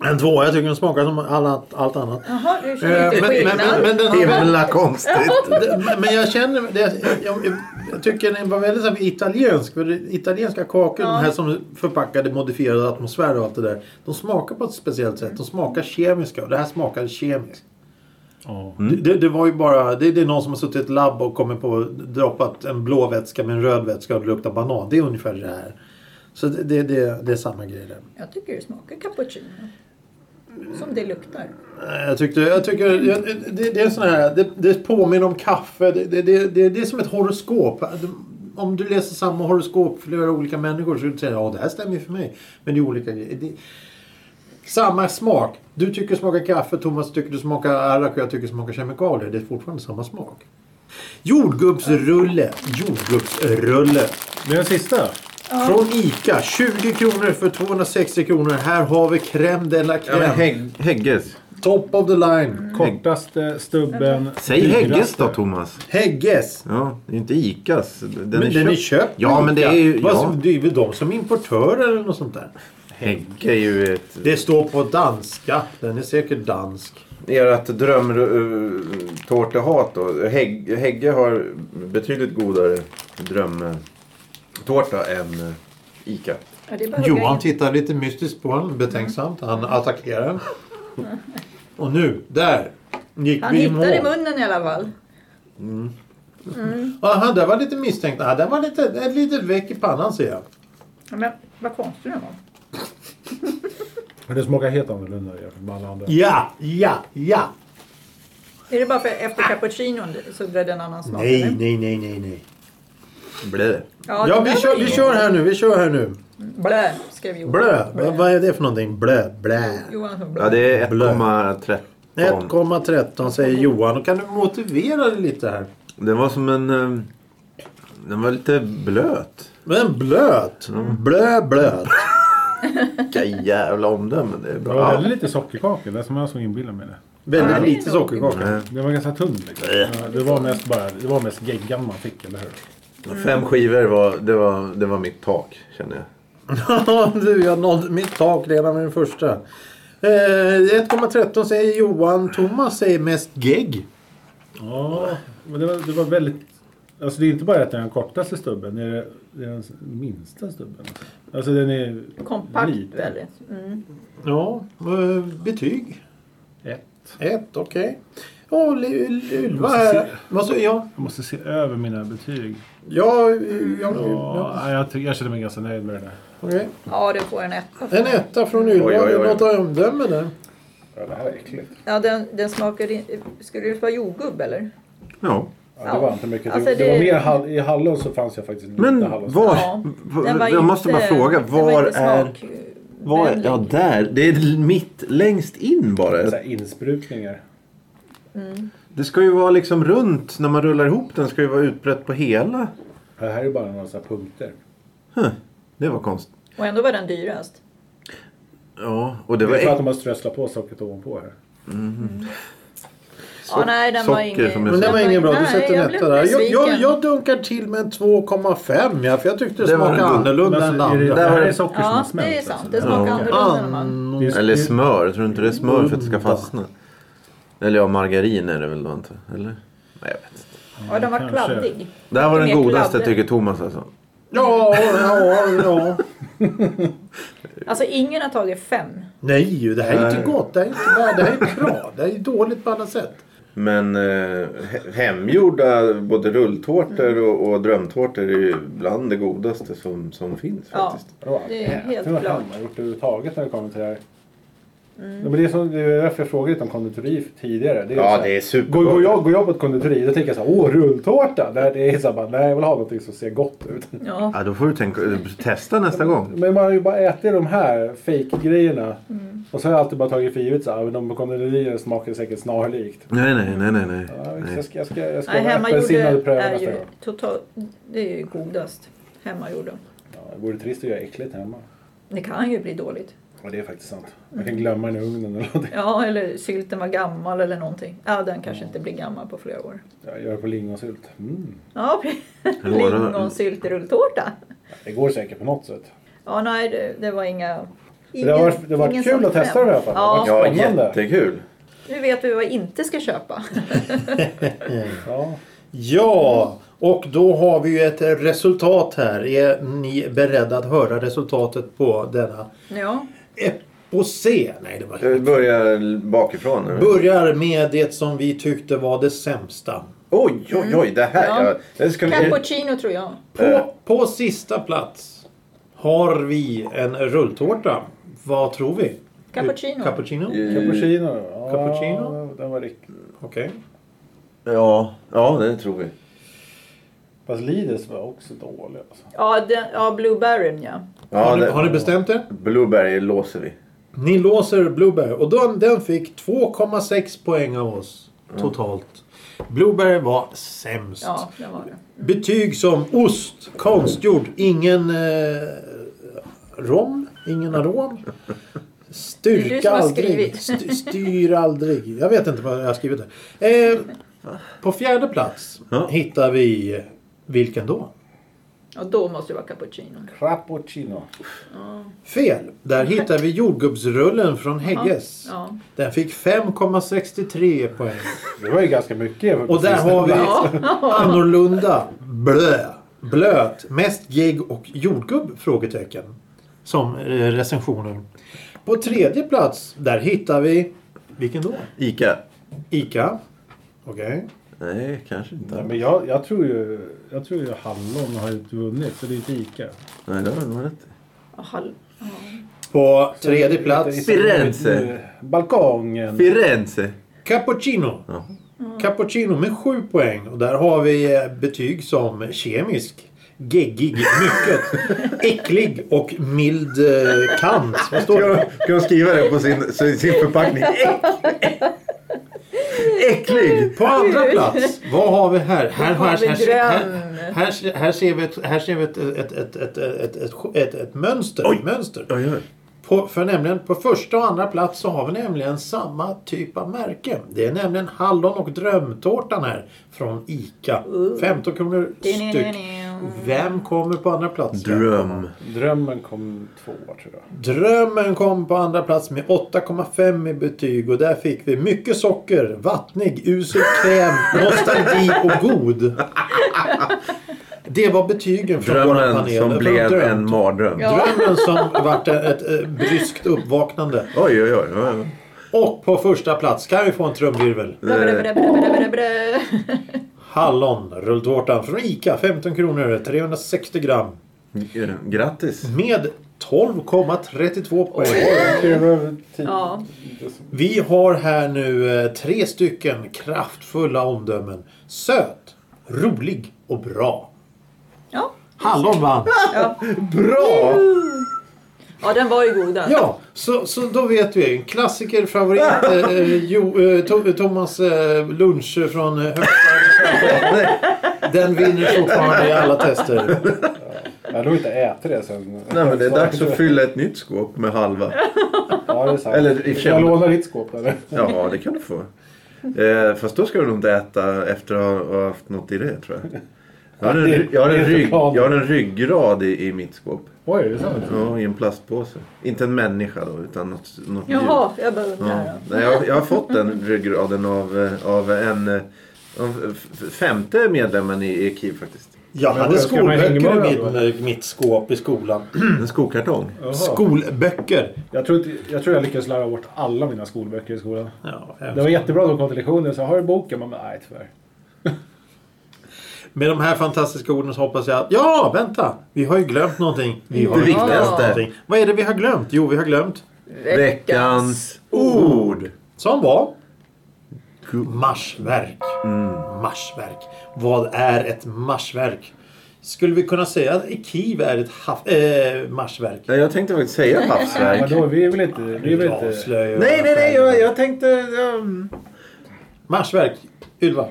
[SPEAKER 3] en tvåa. Jag tycker den smakar som alla, allt annat.
[SPEAKER 1] Jaha, du
[SPEAKER 3] Eh,
[SPEAKER 1] känner inte
[SPEAKER 3] men- men-
[SPEAKER 1] skillnad?
[SPEAKER 3] men- men den har-
[SPEAKER 2] Himla konstigt.
[SPEAKER 3] Det- Men jag känner, det, jag, jag, jag tycker den var väldigt så här, italiensk. För det, italienska
[SPEAKER 1] Ja.
[SPEAKER 3] kakor, de här som förpackade modifierad atmosfär och allt det där. De smakar på ett speciellt sätt. De smakar kemiska och det här smakar kemiskt.
[SPEAKER 4] Ja.
[SPEAKER 3] Det, det, det var ju bara, det, det är någon som har suttit i ett labb och kommit på droppat en blå vätska med en röd vätska och det luktar banan. Det är ungefär det här. Så det, det, det, det är samma grej där.
[SPEAKER 1] Jag tycker det smakar cappuccino. Som det luktar.
[SPEAKER 3] Eh, Jag tyckte, jag tycker, jag, det, det är sån här, det, det påminner om kaffe. Det, det, det, det, det är som ett horoskop. Om du läser samma horoskop för flera olika människor så skulle du säga ja det här stämmer ju för mig. Men det är olika grejer. Det, samma smak. Du tycker det smakar kaffe, Thomas tycker det smakar arrak och jag tycker det smakar kemikalier. Det är fortfarande samma smak. Jordgubbsrulle. Jordgubbsrulle.
[SPEAKER 4] Det är den sista.
[SPEAKER 3] Från ICA. 20 kronor för 260 kronor. Här har vi crème de la
[SPEAKER 2] Ja, men
[SPEAKER 3] crème.
[SPEAKER 2] hägg, hägges.
[SPEAKER 3] Top of the line.
[SPEAKER 4] Kortaste stubben.
[SPEAKER 2] Säg
[SPEAKER 4] dyraste.
[SPEAKER 2] hägges då Thomas.
[SPEAKER 3] Hägges.
[SPEAKER 2] Ja, det är inte Icas. Den
[SPEAKER 3] Men den är köpt
[SPEAKER 2] Ja,
[SPEAKER 3] på
[SPEAKER 2] men det
[SPEAKER 3] Ica.
[SPEAKER 2] är ju...
[SPEAKER 3] Vad
[SPEAKER 2] Ja,
[SPEAKER 3] som- Det är väl de som importörer eller något sånt där.
[SPEAKER 2] hägge är ju ett...
[SPEAKER 3] Det står på danska. Den är säkert dansk.
[SPEAKER 2] ert drömtårtehat då. Hägg, Hägge har betydligt godare drömtårta än eh, Ica.
[SPEAKER 1] Ja, det är bara att hugga
[SPEAKER 3] Johan
[SPEAKER 1] in.
[SPEAKER 3] tittar lite mystiskt på honom, betänksamt. Han attackerar. Och nu, där! Gick
[SPEAKER 1] Han
[SPEAKER 3] vi i mål.
[SPEAKER 1] hittar i munnen i alla fall.
[SPEAKER 3] Aha, där var lite misstänkt. Ah, där var lite, ett litet veck i pannan ser jag.
[SPEAKER 1] Ja, men vad konstig den var.
[SPEAKER 4] Men det smakar helt annorlunda jämfört med alla andra.
[SPEAKER 3] Ja, ja, ja!
[SPEAKER 1] Är det bara för efter cappuccinon så blev det en annan smak?
[SPEAKER 3] Ah. Nej,
[SPEAKER 1] eller?
[SPEAKER 3] nej, nej, nej, nej.
[SPEAKER 2] Blä.
[SPEAKER 1] Ja, det
[SPEAKER 3] Ja,
[SPEAKER 1] där
[SPEAKER 3] vi kör,
[SPEAKER 1] var
[SPEAKER 3] vi
[SPEAKER 1] ju-
[SPEAKER 3] kör här nu, vi kör här nu.
[SPEAKER 1] Blä, skrev Johan.
[SPEAKER 3] Blö, vad, vad är det för någonting? Blö, blä.
[SPEAKER 1] Johan som blä.
[SPEAKER 2] Ja, det är
[SPEAKER 3] Blä.
[SPEAKER 2] 1,13.
[SPEAKER 3] 1,13 säger Johan. Och Kan du motivera det lite här?
[SPEAKER 2] Den var som en... eh, Den var lite blöt.
[SPEAKER 3] Men blöt! Blö, blöt.
[SPEAKER 2] Vilka jävla omdömen. Det är
[SPEAKER 4] Det var
[SPEAKER 2] bra.
[SPEAKER 4] väldigt lite sockerkaka. Det är som jag som inbillar mig det.
[SPEAKER 3] Väldigt lite sockerkaka.
[SPEAKER 2] Nej.
[SPEAKER 4] Den var ganska tunn. Liksom. Ja, Det var mest bara, det var mest geggan man fick, eller hur?
[SPEAKER 2] Fem skivor var, det var, det var mitt tak känner jag.
[SPEAKER 3] Ja, du, jag nådde mitt tak redan med den första. Eh, 1,13 säger Johan. Thomas säger mest gegg.
[SPEAKER 4] Ja, men det var, det var väldigt... Alltså det är inte bara att det är den kortaste stubben. Det är, det är den minsta stubben. Alltså den är...
[SPEAKER 1] Kompakt
[SPEAKER 4] liten.
[SPEAKER 1] väldigt. Mm.
[SPEAKER 3] Ja, eh, betyg.
[SPEAKER 4] Ett.
[SPEAKER 3] Ett, okej. Ja, Lu- Lulva här. Vad så, ja,
[SPEAKER 4] Jag måste se över mina betyg.
[SPEAKER 3] ja, ja, ja.
[SPEAKER 4] Ja, jag, ty- jag känner mig ganska nöjd med det där.
[SPEAKER 3] okej.
[SPEAKER 1] Ja, det får en etta.
[SPEAKER 3] En etta från Ylva.
[SPEAKER 2] Oj, oj, oj.
[SPEAKER 3] Något omdöme där.
[SPEAKER 4] Ja, det här är äckligt.
[SPEAKER 1] Ja, den, den smakar in... Skulle det vara jordgubb eller?
[SPEAKER 2] Ja.
[SPEAKER 4] Ja, det var inte mycket.
[SPEAKER 1] Alltså,
[SPEAKER 4] det...
[SPEAKER 1] det-
[SPEAKER 4] var mer hall- i hallon så fanns jag faktiskt lite
[SPEAKER 2] Men
[SPEAKER 4] hallon.
[SPEAKER 2] var...
[SPEAKER 1] Ja,
[SPEAKER 2] v-
[SPEAKER 1] Den var
[SPEAKER 2] jag måste
[SPEAKER 1] inte-
[SPEAKER 2] bara fråga.
[SPEAKER 1] den var
[SPEAKER 2] Var
[SPEAKER 1] inte
[SPEAKER 2] är...
[SPEAKER 1] smak-
[SPEAKER 2] Var är
[SPEAKER 1] vänlig.
[SPEAKER 2] ja, där. Det är mitt längst in bara.
[SPEAKER 4] Så här insprutningar.
[SPEAKER 2] Det ska ju vara liksom runt när man rullar ihop den. ska ju vara utbrett på hela.
[SPEAKER 4] Det här är bara några så här punkter.
[SPEAKER 2] Huh. Det var konstigt.
[SPEAKER 1] Och ändå var den dyrast.
[SPEAKER 2] Ja, och det
[SPEAKER 4] Det
[SPEAKER 2] var
[SPEAKER 4] är för att
[SPEAKER 2] äck-
[SPEAKER 4] de har strösslat på sockret ovanpå här.
[SPEAKER 1] ja, nej, den var
[SPEAKER 2] socker
[SPEAKER 1] ingen...
[SPEAKER 2] som är
[SPEAKER 3] Men det var ingen bra. Du
[SPEAKER 1] Nej,
[SPEAKER 3] sätter
[SPEAKER 1] jag
[SPEAKER 3] en
[SPEAKER 1] blev
[SPEAKER 3] etta där. Jag, jag,
[SPEAKER 1] besviken.
[SPEAKER 3] jag dunkar till med en 2,5. Ja, för jag tyckte det,
[SPEAKER 2] Det var
[SPEAKER 3] smakade
[SPEAKER 2] en god-
[SPEAKER 4] Men
[SPEAKER 3] annorlunda än det
[SPEAKER 4] alltså, är det,
[SPEAKER 3] andra.
[SPEAKER 4] det här
[SPEAKER 2] var
[SPEAKER 4] är
[SPEAKER 2] det-
[SPEAKER 4] socker som har
[SPEAKER 1] Ja,
[SPEAKER 4] smält.
[SPEAKER 1] det
[SPEAKER 4] alltså.
[SPEAKER 1] är sant. Det smakar
[SPEAKER 2] alltså. Ja.
[SPEAKER 1] annorlunda än de andra.
[SPEAKER 4] Det är-
[SPEAKER 2] Eller smör. Tror du inte det är smör för att det ska fastna? Eller ja, margarin är det väl då inte? Eller? Nej, jag vet inte.
[SPEAKER 1] Ja, den var
[SPEAKER 4] Kanske.
[SPEAKER 1] kladdig.
[SPEAKER 2] Det här var
[SPEAKER 1] Lite
[SPEAKER 2] den
[SPEAKER 1] mer
[SPEAKER 2] godaste
[SPEAKER 1] kladdig.
[SPEAKER 2] tycker Thomas alltså.
[SPEAKER 3] Ja, ja, ja.
[SPEAKER 1] Alltså ingen har tagit fem.
[SPEAKER 3] Nej, det här är inte gott. Det här är inte, bra. det här är inte bra. Det här är dåligt på alla sätt.
[SPEAKER 2] Men eh, he- hemgjorda både rulltårtor
[SPEAKER 1] Mm.
[SPEAKER 2] och, och drömtårtor är ju bland det godaste som, som finns
[SPEAKER 1] Ja.
[SPEAKER 2] faktiskt.
[SPEAKER 1] Det är helt
[SPEAKER 4] vad
[SPEAKER 1] klart. Mm.
[SPEAKER 4] fan man har gjort överhuvudtaget när det kommer till det här. Ja, men det, är som, det är därför jag frågade lite om konditori tidigare. Det är
[SPEAKER 2] Ja,
[SPEAKER 4] så här-
[SPEAKER 2] det är supergott.
[SPEAKER 4] Går, går, jag, går jag på ett konditori då tänker jag så här, åh rulltårta! Det, här, det är så här, bara, nej jag vill ha någonting som ser gott ut.
[SPEAKER 1] Ja.
[SPEAKER 2] Ja, då får du tänka, testa nästa gång.
[SPEAKER 4] Men man har ju bara ätit de här fake-grejerna.
[SPEAKER 1] Mm.
[SPEAKER 4] Och så har jag alltid bara tagit för givet så här, de på konditorier smakar säkert snarlikt.
[SPEAKER 2] Nej, nej, nej, nej. nej.
[SPEAKER 4] Ja, visst, jag
[SPEAKER 2] nej.
[SPEAKER 4] ska, jag ska, jag ska
[SPEAKER 1] Nej,
[SPEAKER 4] vara öppensinnad och
[SPEAKER 1] hemmagjorda
[SPEAKER 4] pröva
[SPEAKER 1] är
[SPEAKER 4] nästa
[SPEAKER 1] ju
[SPEAKER 4] gång.
[SPEAKER 1] totalt... Det är ju godast. Hemmagjorda.
[SPEAKER 4] Ja, det vore trist att göra äckligt hemma.
[SPEAKER 1] Det kan ju bli dåligt.
[SPEAKER 4] Ja, det är faktiskt sant. Jag kan glömma den i ugnen eller någonting.
[SPEAKER 1] Ja, eller sylten var gammal eller någonting. Ja, den kanske inte blir gammal på flera år.
[SPEAKER 4] Jag gör på lingonsylt. Mm.
[SPEAKER 1] Ja, lingonsylt i rulltårta.
[SPEAKER 4] Det går säkert på något sätt.
[SPEAKER 1] Ja, nej, det, det var inga...
[SPEAKER 4] det har varit- det har varit
[SPEAKER 1] ingen
[SPEAKER 4] kul
[SPEAKER 1] sån
[SPEAKER 4] att testa
[SPEAKER 1] trend.
[SPEAKER 4] dem i alla fall.
[SPEAKER 1] Ja,
[SPEAKER 4] Det har
[SPEAKER 2] Ja,
[SPEAKER 4] varit Spännande.
[SPEAKER 2] jättekul.
[SPEAKER 1] nu vet vi vad vi inte ska köpa.
[SPEAKER 4] Ja.
[SPEAKER 3] Ja, och då har vi ju ett resultat här. Är ni beredda att höra resultatet på denna
[SPEAKER 1] Ja,
[SPEAKER 3] eposé? Nej, det var
[SPEAKER 2] Vi börjar bakifrån nu.
[SPEAKER 3] Börjar med det som vi tyckte var det sämsta.
[SPEAKER 2] Oj, oj, oj. Det här.
[SPEAKER 1] Ja.
[SPEAKER 2] Ja. Det ska ni...
[SPEAKER 1] cappuccino tror jag.
[SPEAKER 2] Eh.
[SPEAKER 3] På, på sista plats har vi en rulltårta. Vad tror vi?
[SPEAKER 1] Cappuccino.
[SPEAKER 3] Cappuccino?
[SPEAKER 4] Cappuccino. Ja,
[SPEAKER 3] Cappuccino?
[SPEAKER 4] Den var riktigt...
[SPEAKER 3] Okej.
[SPEAKER 2] Ja, ja, det tror vi.
[SPEAKER 4] Fast Lidls var också dålig. Alltså.
[SPEAKER 1] Ja, den, ja blueberryn ja.
[SPEAKER 2] Ja,
[SPEAKER 3] har, ni,
[SPEAKER 2] det...
[SPEAKER 3] har ni bestämt er?
[SPEAKER 2] Blueberry låser vi.
[SPEAKER 3] Ni låser Blueberry och den, den fick 2,6 poäng av oss totalt. Blueberry var sämst.
[SPEAKER 1] Ja, det var det.
[SPEAKER 3] Betyg som ost, konstgjord, ingen eh, rom, ingen arom.
[SPEAKER 1] Det är du
[SPEAKER 3] Styrka
[SPEAKER 1] som har
[SPEAKER 3] aldrig,
[SPEAKER 1] skrivit.
[SPEAKER 3] st- styr aldrig. Jag vet inte vad jag har skrivit där. Eh, på fjärde plats
[SPEAKER 2] Ja.
[SPEAKER 3] hittar vi, vilken då?
[SPEAKER 1] Ja, då måste det vara cappuccino.
[SPEAKER 5] Crappuccino.
[SPEAKER 1] Ja.
[SPEAKER 3] Fel! Där hittar vi jordgubbsrullen från Hägges.
[SPEAKER 1] Ja.
[SPEAKER 3] Den fick 5,63 poäng.
[SPEAKER 5] Det var ju ganska mycket.
[SPEAKER 3] Och där har vi annorlunda, blö, blöt, mest gegg och jordgubb? Frågetecken. Som eh, recensionen. På tredje plats, där hittar vi... Vilken då?
[SPEAKER 2] Ica?
[SPEAKER 3] Ica. Okej.
[SPEAKER 2] Nej, kanske inte.
[SPEAKER 4] Nej, men jag, jag, tror ju, jag tror ju hallon har ju vunnit, så det är inte Ica.
[SPEAKER 2] Nej, det har du nog rätt i.
[SPEAKER 1] Ja, hall- ja.
[SPEAKER 3] På tredje plats,
[SPEAKER 2] Firenze.
[SPEAKER 4] Balkongen.
[SPEAKER 2] Firenze.
[SPEAKER 3] cappuccino.
[SPEAKER 2] Ja.
[SPEAKER 3] Cappuccino med 7 poäng. Och där har vi eh, betyg som kemisk, geggig, mycket, äcklig och mild eh, kant. Vad står det?
[SPEAKER 2] Kan de skriva det på sin, sin sin förpackning? Äck- Äcklig!
[SPEAKER 3] På andra plats, vad har vi här? Här,
[SPEAKER 1] har
[SPEAKER 3] här,
[SPEAKER 1] vi
[SPEAKER 3] här,
[SPEAKER 1] dröm.
[SPEAKER 3] här, här, här ser vi ett, här ser vi ett, ett, ett, ett, ett, ett, ett, ett mönster.
[SPEAKER 2] Oj.
[SPEAKER 3] mönster.
[SPEAKER 2] Oj, oj.
[SPEAKER 3] På, för nämligen, på första och andra plats så har vi nämligen samma typ av märke. Det är nämligen hallon och drömtårtan här från ICA. 15 kronor styck. Vem kommer på andra plats?
[SPEAKER 2] Dröm.
[SPEAKER 5] Drömmen kom tvåa tror jag.
[SPEAKER 3] Drömmen kom på andra plats med 8,5 i betyg och där fick vi mycket socker, vattnig, usel kräm, nostalgi och god. Det var betygen från vår
[SPEAKER 2] Drömmen
[SPEAKER 3] panel.
[SPEAKER 2] som
[SPEAKER 3] Från
[SPEAKER 2] blev
[SPEAKER 3] dröm.
[SPEAKER 2] en mardröm.
[SPEAKER 1] Ja.
[SPEAKER 3] Drömmen som vart ett, ett, eh, bryskt uppvaknande.
[SPEAKER 2] Oj, oj, oj. oj.
[SPEAKER 3] Och på första plats kan vi få en trumvirvel.
[SPEAKER 1] Brö, brö, brö, brö, brö, brö, brö.
[SPEAKER 3] Hallon, rulltårtan från ICA, 15 kronor, 360 gram.
[SPEAKER 2] Grattis.
[SPEAKER 3] Med 12,32 poäng.
[SPEAKER 1] Ja.
[SPEAKER 3] Vi har här nu eh, tre stycken kraftfulla omdömen. Söt, rolig och bra.
[SPEAKER 1] Ja.
[SPEAKER 3] Hallon vann.
[SPEAKER 1] Ja.
[SPEAKER 3] Bra!
[SPEAKER 1] ja, den var ju god den.
[SPEAKER 3] Ja, så, så då vet vi. En klassiker, favorit. Eh, jo, eh, To- Thomas eh, lunch från eh, högstadiet. Den vinner fortfarande i alla tester.
[SPEAKER 5] Jag har nog inte ätit det sen.
[SPEAKER 2] Nej, men det är dags att fylla ett nytt skåp med halva.
[SPEAKER 5] Ja, det är sant.
[SPEAKER 2] Eller i och för sig-
[SPEAKER 4] Jag lånar ditt skåp eller?
[SPEAKER 2] Ja, det kan du få. Eh, fast då ska du nog inte äta efter att ha ha haft något i det, tror jag. Jag har en, jag har en, rygg, jag har en ryggrad i, i mitt skåp.
[SPEAKER 4] Oj, är det sant?
[SPEAKER 2] Ja, i en plastpåse. Inte en människa då, utan något, något djur.
[SPEAKER 1] Jaha, jag bara undrar.
[SPEAKER 2] Ja.
[SPEAKER 1] då.
[SPEAKER 2] Nej, jag, jag har fått den ryggraden av, eh, av en eh, av f- femte medlemmen i, i KIV faktiskt.
[SPEAKER 3] Jag hade
[SPEAKER 4] ska man
[SPEAKER 3] skolböcker i
[SPEAKER 4] hänga med
[SPEAKER 3] min, mitt skåp i skolan.
[SPEAKER 2] En skokartong.
[SPEAKER 4] Jaha.
[SPEAKER 3] Skolböcker.
[SPEAKER 4] Jag tror, inte, jag tror jag lyckades lära bort alla mina skolböcker i skolan.
[SPEAKER 3] Ja,
[SPEAKER 4] Det var jättebra att de kom till lektionen. Så har du boken? Man bara, nej tyvärr.
[SPEAKER 3] Med de här fantastiska orden så hoppas jag att... Ja, vänta! Vi har ju glömt någonting. Vi har
[SPEAKER 2] Det
[SPEAKER 3] glömt
[SPEAKER 2] viktigaste.
[SPEAKER 3] någonting. Vad är det vi har glömt? Jo, vi har glömt.
[SPEAKER 2] Veckans ord.
[SPEAKER 3] Som var... Marsverk.
[SPEAKER 2] Mm.
[SPEAKER 3] Marsverk. Vad är ett marsverk? Skulle vi kunna säga att Kiev är ett haf- äh, marsverk?
[SPEAKER 2] Nej, jag tänkte faktiskt säga hafsverk.
[SPEAKER 4] Vadå, vi är väl inte... Vi är väl inte...
[SPEAKER 3] Avslöja.
[SPEAKER 2] nej, nej, nej. Jag, jag tänkte... Ja, mm.
[SPEAKER 3] Marsverk. Ylva.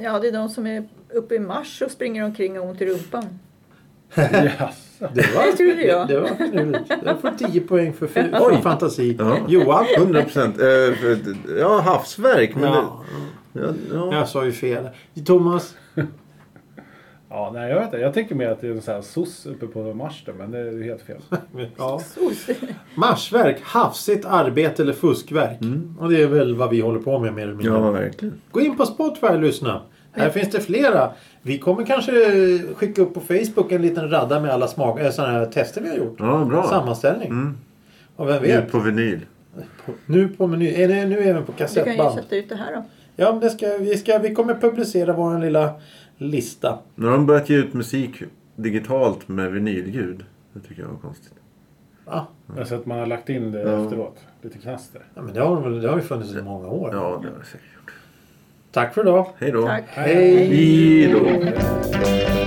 [SPEAKER 1] Ja, det är de som är uppe i mars och springer omkring och har ont i rumpan.
[SPEAKER 4] Jaså.
[SPEAKER 3] Det var,
[SPEAKER 1] Det trodde jag.
[SPEAKER 3] Det, det var finurligt. Jag får 10 poäng för, för, för
[SPEAKER 2] Oj.
[SPEAKER 3] fantasi.
[SPEAKER 2] Ja.
[SPEAKER 3] Johan.
[SPEAKER 2] 100 procent. Eh, ja, havsverk. Men
[SPEAKER 3] Ja,
[SPEAKER 2] det, ja, ja.
[SPEAKER 3] jag sa ju fel. Thomas.
[SPEAKER 4] Ja, nej jag vet inte. Jag tänker mer att det är en sån här soc uppe på Mars där, men det är ju helt fel.
[SPEAKER 3] Ja.
[SPEAKER 1] Sos.
[SPEAKER 3] Marsverk, hafsigt arbete eller fuskverk. Mm. Och det är väl vad vi håller på med mer eller mindre.
[SPEAKER 2] ja, verkligen.
[SPEAKER 3] Gå in på Spotify och lyssna. Här finns det flera. Vi kommer kanske eh, skicka upp på Facebook en liten radda med alla smak, äh, sådana här tester vi har gjort.
[SPEAKER 2] Ja, bra.
[SPEAKER 3] Sammanställning. Och vem
[SPEAKER 2] Ut
[SPEAKER 3] vet?
[SPEAKER 2] på vinyl.
[SPEAKER 3] Nu Mm. på meny, är det, nu även på
[SPEAKER 1] Du kan ju
[SPEAKER 3] kassettband.
[SPEAKER 1] sätta ut det här då.
[SPEAKER 3] Ja, men det ska, vi, ska, vi kommer publicera vår lilla lista.
[SPEAKER 2] Nu har de börjat ge ut musik digitalt med vinylljud. Det tycker jag var konstigt.
[SPEAKER 3] Va?
[SPEAKER 4] Alltså att man har lagt in det
[SPEAKER 2] Ja.
[SPEAKER 4] efteråt. Lite knaster.
[SPEAKER 3] Ja, men det har, väl- det har ju funnits i många år.
[SPEAKER 2] Ja, det har det säkert gjort.
[SPEAKER 3] Tack för idag.
[SPEAKER 2] Hej då.
[SPEAKER 1] Tack.
[SPEAKER 3] Hej.
[SPEAKER 2] Hej då.